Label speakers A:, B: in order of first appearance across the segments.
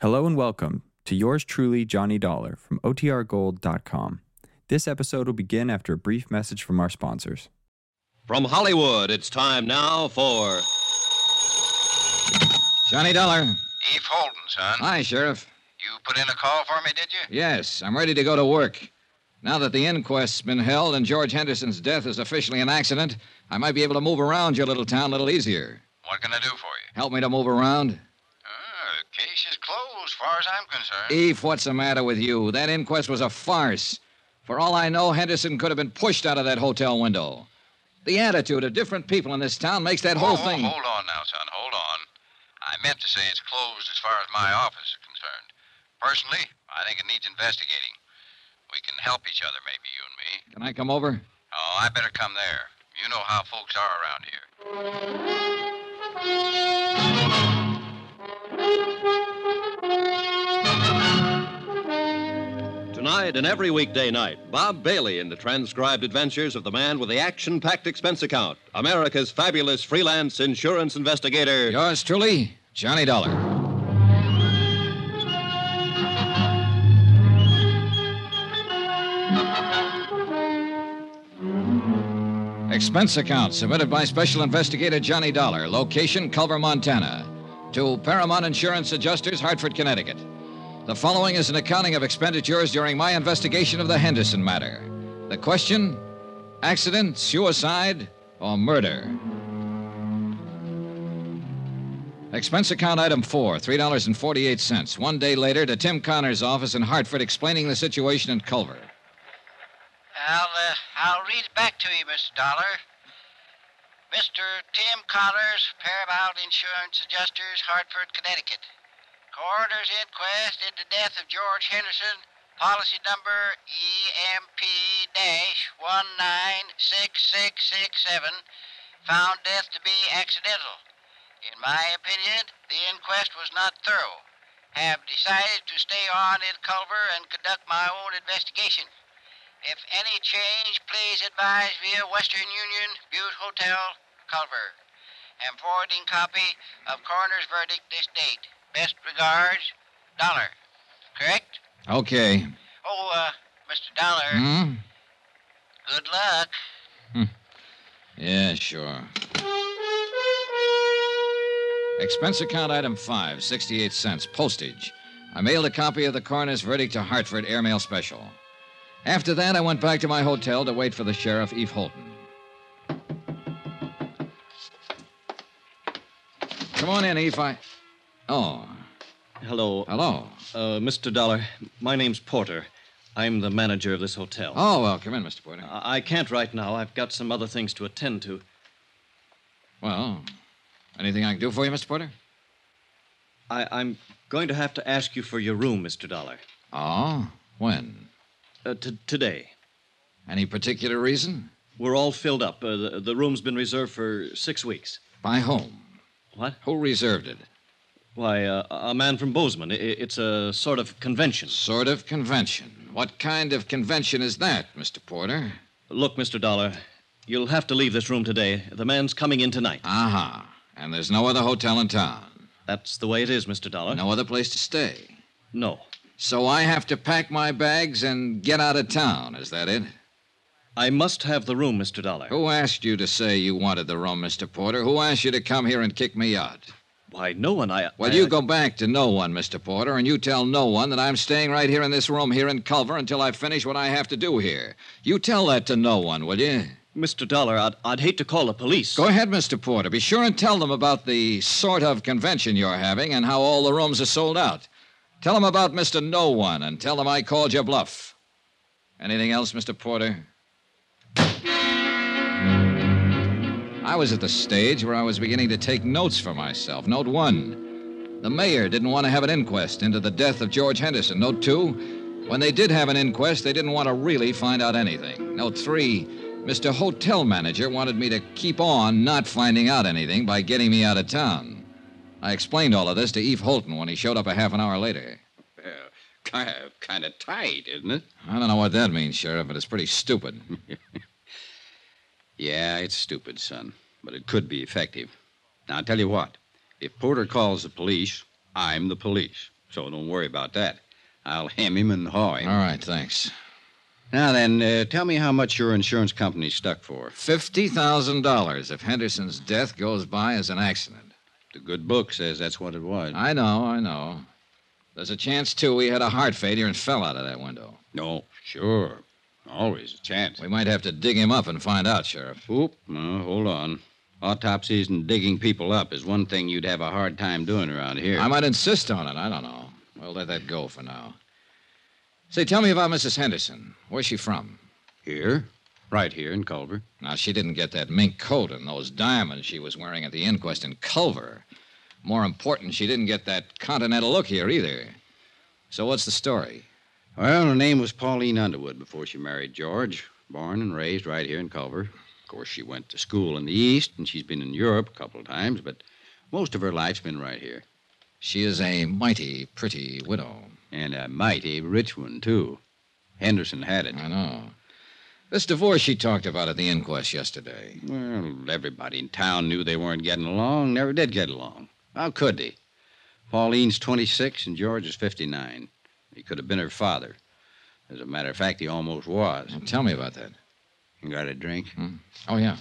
A: Hello and welcome to yours truly, Johnny Dollar from OTRGold.com. This episode will begin after a brief message from our sponsors.
B: From Hollywood, it's time now for.
C: Johnny Dollar.
D: Eve Holden, son.
C: Hi, Sheriff.
D: You put in a call for me, did you?
C: Yes, I'm ready to go to work. Now that the inquest's been held and George Henderson's death is officially an accident, I might be able to move around your little town a little easier.
D: What can I do for you?
C: Help me to move around?
D: Uh, the case is closed, far as I'm concerned.
C: Eve, what's the matter with you? That inquest was a farce. For all I know, Henderson could have been pushed out of that hotel window. The attitude of different people in this town makes that whole
D: Oh,
C: thing.
D: Hold on now, son. Hold on. I meant to say it's closed as far as my office is concerned. Personally, I think it needs investigating. We can help each other, maybe you and me.
C: Can I come over?
D: Oh, I better come there. You know how folks are around here.
B: Tonight and every weekday night, Bob Bailey in the transcribed adventures of the man with the action packed expense account, America's fabulous freelance insurance investigator.
C: Yours truly, Johnny Dollar. Expense account submitted by Special Investigator Johnny Dollar, location Culver, Montana, to Paramount Insurance Adjusters, Hartford, Connecticut. The following is an accounting of expenditures during my investigation of the Henderson matter. The question accident, suicide, or murder? Expense account item four, $3.48. One day later to Tim Connor's office in Hartford explaining the situation in Culver.
E: I'll, uh, I'll read it back to you, Mr. Dollar. Mr. Tim Connors, Paramount Insurance Adjusters, Hartford, Connecticut. Coroner's inquest into death of George Henderson, policy number E EMP 196667, found death to be accidental. In my opinion, the inquest was not thorough. Have decided to stay on in Culver and conduct my own investigation. If any change, please advise via Western Union, Butte Hotel, Culver. Am forwarding copy of coroner's verdict this date. Best regards, Dollar. Correct?
C: Okay.
E: Oh, uh, Mr. Dollar,
C: Hmm?
E: good luck.
C: Yeah, sure. Expense account item five, 68 cents, postage. I mailed a copy of the coroner's verdict to Hartford Airmail Special. After that, I went back to my hotel to wait for the sheriff, Eve Holton. Come on in, Eve. I. Oh,
B: Hello.
C: hello.
B: Uh, Mr. Dollar, my name's Porter. I'm the manager of this hotel.
C: Oh, well, come in, Mr. Porter.
B: I-, I can't right now. I've got some other things to attend to.
C: Well, anything I can do for you, Mr. Porter?
B: I- I'm going to have to ask you for your room, Mr. Dollar.
C: Oh, when?
B: Uh, t- today.
C: Any particular reason?
B: We're all filled up. Uh, the-, the room's been reserved for six weeks.
C: By whom?
B: What?
C: Who reserved it?
B: Why, uh, a man from Bozeman. I- I- It's a sort of convention.
C: Sort of convention. What kind of convention is that, Mr. Porter?
B: Look, Mr. Dollar, you'll have to leave this room today. The man's coming in tonight.
C: Aha. And there's no other hotel in town.
B: That's the way it is, Mr. Dollar.
C: No other place to stay.
B: No.
C: So I have to pack my bags and get out of town. Is that it?
B: I must have the room, Mr. Dollar.
C: Who asked you to say you wanted the room, Mr. Porter? Who asked you to come here and kick me out?
B: Why, no one. I.
C: Well,
B: I-
C: you go back to no one, Mr. Porter, and you tell no one that I'm staying right here in this room here in Culver until I finish what I have to do here. You tell that to no one, will you?
B: Mr. Dollar, I'd, I'd hate to call the police.
C: Go ahead, Mr. Porter. Be sure and tell them about the sort of convention you're having and how all the rooms are sold out. Tell them about Mr. No One and tell them I called your bluff. Anything else, Mr. Porter? I was at the stage where I was beginning to take notes for myself. Note one The mayor didn't want to have an inquest into the death of George Henderson. Note two When they did have an inquest, they didn't want to really find out anything. Note three Mr. Hotel Manager wanted me to keep on not finding out anything by getting me out of town. I explained all of this to Eve Holton when he showed up a half an hour later.
F: Kind of, kind of tight, isn't it?
C: I don't know what that means, Sheriff, but it's pretty stupid.
F: Yeah, it's stupid, son, but it could be effective. Now, I'll tell you what. If Porter calls the police, I'm the police. So don't worry about that. I'll hem him and haw him.
C: All right, thanks.
F: Now then, uh, tell me how much your insurance company's stuck for.
C: $50,000 if Henderson's death goes by as an accident.
F: The good book says that's what it was.
C: I know, I know. There's a chance, too, he had a heart failure and fell out of that window.
F: No, sure. Always a chance.
C: We might have to dig him up and find out, Sheriff.
F: Oop, no, hold on. Autopsies and digging people up is one thing you'd have a hard time doing around here.
C: I might insist on it. I don't know. We'll let that go for now. Say, tell me about Mrs. Henderson. Where's she from?
F: here, right here in Culver.
C: Now, she didn't get that mink coat and those diamonds she was wearing at the inquest in Culver. More important, she didn't get that continental look here either. So, what's the story?
F: Well, her name was Pauline Underwood before she married George. Born and raised right here in Culver. Of course, she went to school in the East, and she's been in Europe a couple of times, but most of her life's been right here.
C: She is a mighty pretty widow.
F: And a mighty rich one, too. Henderson had it.
C: I know. This divorce she talked about at the inquest yesterday.
F: Well, everybody in town knew they weren't getting along, never did get along. How could they? Pauline's 26 and George is 59. He could have been her father. As a matter of fact, he almost was.
C: Now, tell me about that.
F: You got a drink?
C: Oh, yeah.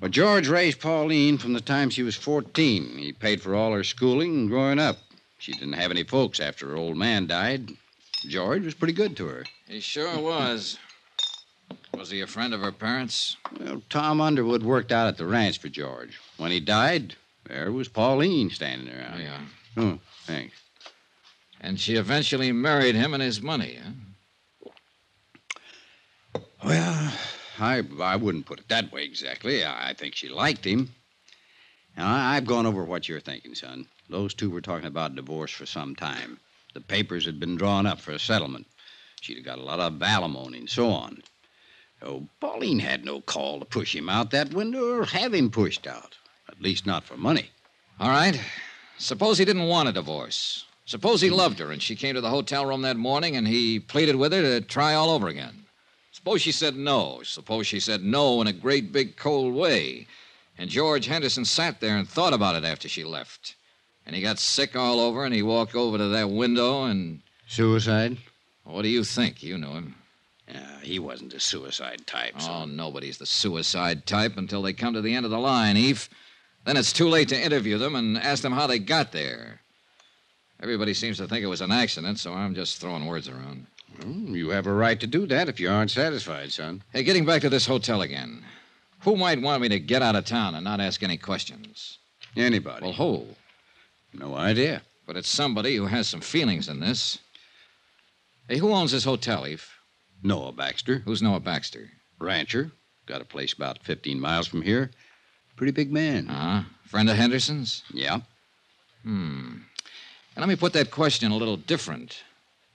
F: Well, George raised Pauline from the time she was 14. He paid for all her schooling and growing up. She didn't have any folks after her old man died. George was pretty good to her.
C: He sure was. Was he a friend of her parents?
F: Well, Tom Underwood worked out at the ranch for George. When he died, there was Pauline standing around.
C: yeah.
F: Oh, thanks.
C: And she eventually married him and his money, huh?
F: Well, I, I wouldn't put it that way exactly. I, I think she liked him. Now, I, I've gone over what you're thinking, son. Those two were talking about divorce for some time. The papers had been drawn up for a settlement. She'd have got a lot of alimony and so on. Oh, Pauline had no call to push him out that window or have him pushed out. At least not for money.
C: All right. Suppose he didn't want a divorce. Suppose he loved her and she came to the hotel room that morning and he pleaded with her to try all over again. Suppose she said no. Suppose she said no in a great big cold way. And George Henderson sat there and thought about it after she left. And he got sick all over and he walked over to that window and
F: Suicide?
C: what do you think? You knew him.
F: Yeah, he wasn't a suicide type. So.
C: Oh, nobody's the suicide type until they come to the end of the line, Eve. Then it's too late to interview them and ask them how they got there. Everybody seems to think it was an accident, so I'm just throwing words around.
F: Well, Oh, hmm, you have a right to do that if you aren't satisfied, son.
C: Hey, getting back to this hotel again. Who might want me to get out of town and not ask any questions?
F: Anybody.
C: Well, who?
F: no idea.
C: But it's somebody who has some feelings in this. Hey, who owns this hotel, Eve?
F: Noah Baxter.
C: Who's Noah Baxter?
F: rancher. Got a place about 15 miles from here. Pretty big man.
C: Uh huh. Friend of Henderson's?
F: Yeah.
C: Hmm. And let me put that question a little different.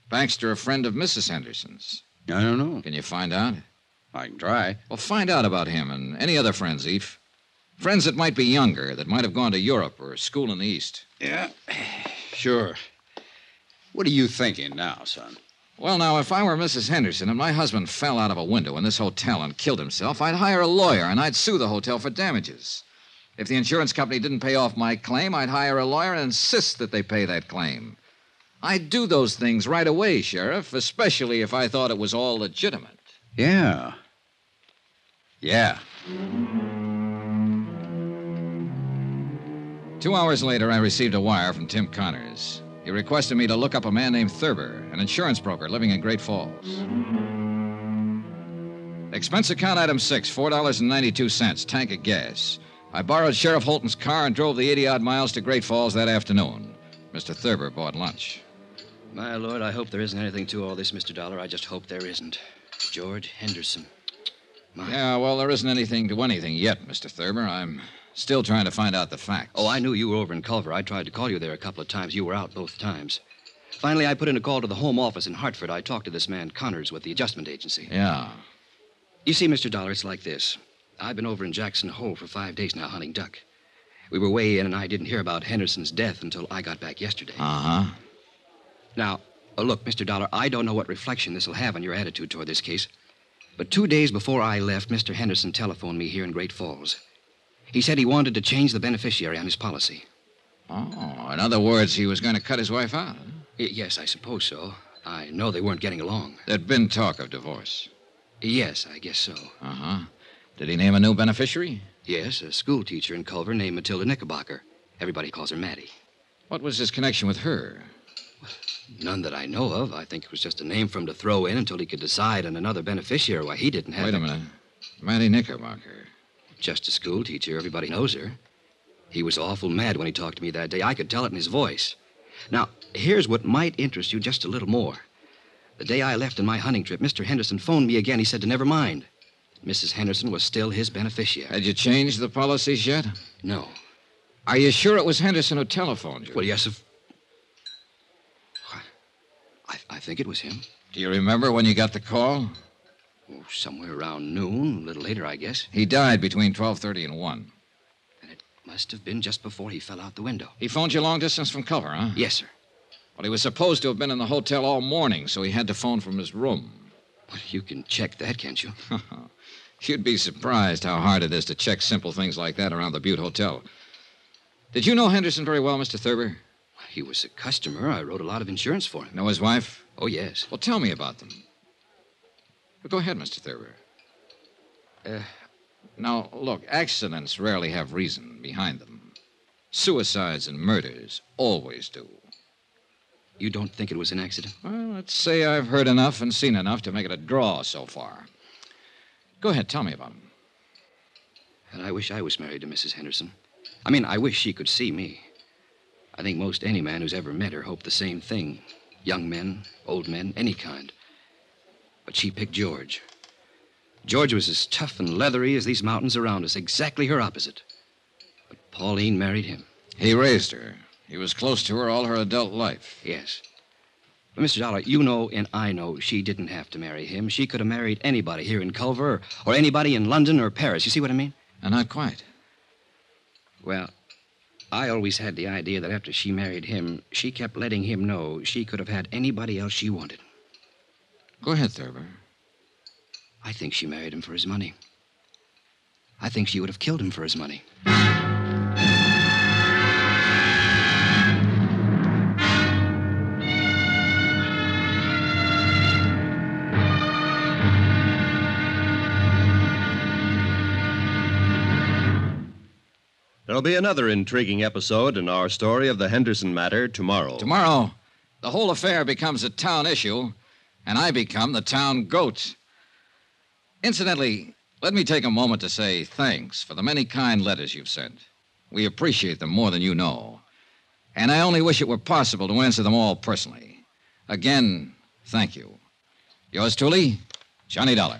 C: Baxter, a friend of Mrs. Henderson's.
F: I don't know.
C: Can you find out?
F: I can try.
C: Well, find out about him and any other friends, Eve. Friends that might be younger, that might have gone to Europe or school in the East.
F: Yeah. Sure. What are you thinking now, son?
C: Well, now, if I were Mrs. Henderson and my husband fell out of a window in this hotel and killed himself, I'd hire a lawyer and I'd sue the hotel for damages. If the insurance company didn't pay off my claim, I'd hire a lawyer and insist that they pay that claim. I'd do those things right away, Sheriff, especially if I thought it was all legitimate.
F: Yeah. Yeah.
C: Two hours later, I received a wire from Tim Connors. He requested me to look up a man named Thurber, an insurance broker living in Great Falls. Expense account item six, $4.92, tank of gas. I borrowed Sheriff Holton's car and drove the 80 odd miles to Great Falls that afternoon. Mr. Thurber bought lunch.
G: My lord, I hope there isn't anything to all this, Mr. Dollar. I just hope there isn't. George Henderson.
C: Yeah, well, there isn't anything to anything yet, Mr. Thurber. I'm still trying to find out the facts.
G: Oh, I knew you were over in Culver. I tried to call you there a couple of times. You were out both times. Finally, I put in a call to the home office in Hartford. I talked to this man, Connors, with the adjustment agency.
C: Yeah.
G: You see, Mr. Dollar, it's like this. I've been over in Jackson Hole for five days now hunting duck. We were way in, and I didn't hear about Henderson's death until I got back yesterday.
C: Uh huh.
G: Now, uh, look, Mr. Dollar, I don't know what reflection this will have on your attitude toward this case, but two days before I left, Mr. Henderson telephoned me here in Great Falls. He said he wanted to change the beneficiary on his policy.
C: Oh, in other words, he was going to cut his wife out. huh?
F: Y- yes, I suppose so. I know they weren't getting along.
C: There'd been talk of divorce.
F: Yes, I guess so.
C: Uh huh. Did he name a new beneficiary?
F: Yes, a school teacher in Culver named Matilda Knickerbocker. Everybody calls her Maddie.
C: What was his connection with her?
F: None that I know of. I think it was just a name for him to throw in until he could decide on another beneficiary. Why, he didn't have.
C: Wait a minute. Matty Knickerbocker.
F: Just a school teacher. Everybody knows her. He was awful mad when he talked to me that day. I could tell it in his voice. Now, here's what might interest you just a little more. The day I left on my hunting trip, Mr. Henderson phoned me again. He said to never mind. Mrs. Henderson was still his beneficiary.
C: Had you changed the policies yet?
F: No.
C: Are you sure it was Henderson who telephoned you?
F: Well, yes, of. I, I think it was him.
C: Do you remember when you got the call?
F: Oh, somewhere around noon, a little later, I guess.
C: He died between 12.30 and 1.
F: Must have been just before he fell out the window.
C: He phoned you long distance from Culver, huh?
F: Yes, sir.
C: Well, he was supposed to have been in the hotel all morning, so he had to phone from his room.
F: Well, you can check that, can't you?
C: You'd be surprised how hard it is to check simple things like that around the Butte Hotel. Did you know Henderson very well, Mr. Thurber?
F: He was a customer. I wrote a lot of insurance for him.
C: Know his wife?
F: Oh, yes.
C: Well, tell me about them. Well, go ahead, Mr. Thurber. Uh, now, look, accidents rarely have reason behind them. Suicides and murders always do.
F: You don't think it was an accident?
C: Well, let's say I've heard enough and seen enough to make it a draw so far. Go ahead, tell me about him.
F: And I wish I was married to Mrs. Henderson. I mean, I wish she could see me. I think most any man who's ever met her hoped the same thing young men, old men, any kind. But she picked George. George was as tough and leathery as these mountains around us, exactly her opposite. But Pauline married him.
C: He raised her. He was close to her all her adult life.
F: Yes. But, Mr. Dollar, you know and I know she didn't have to marry him. She could have married anybody here in Culver or, or anybody in London or Paris. You see what I mean?
C: And Uh, not quite.
F: Well, I always had the idea that after she married him, she kept letting him know she could have had anybody else she wanted.
C: Go ahead, Thurber.
F: I think she married him for his money. I think she would have killed him for his money.
B: There'll be another intriguing episode in our story of the Henderson matter tomorrow.
C: Tomorrow, the whole affair becomes a town issue, and I become the town goat. Incidentally, let me take a moment to say thanks for the many kind letters you've sent. We appreciate them more than you know. And I only wish it were possible to answer them all personally. Again, thank you. Yours truly, Johnny Dollar.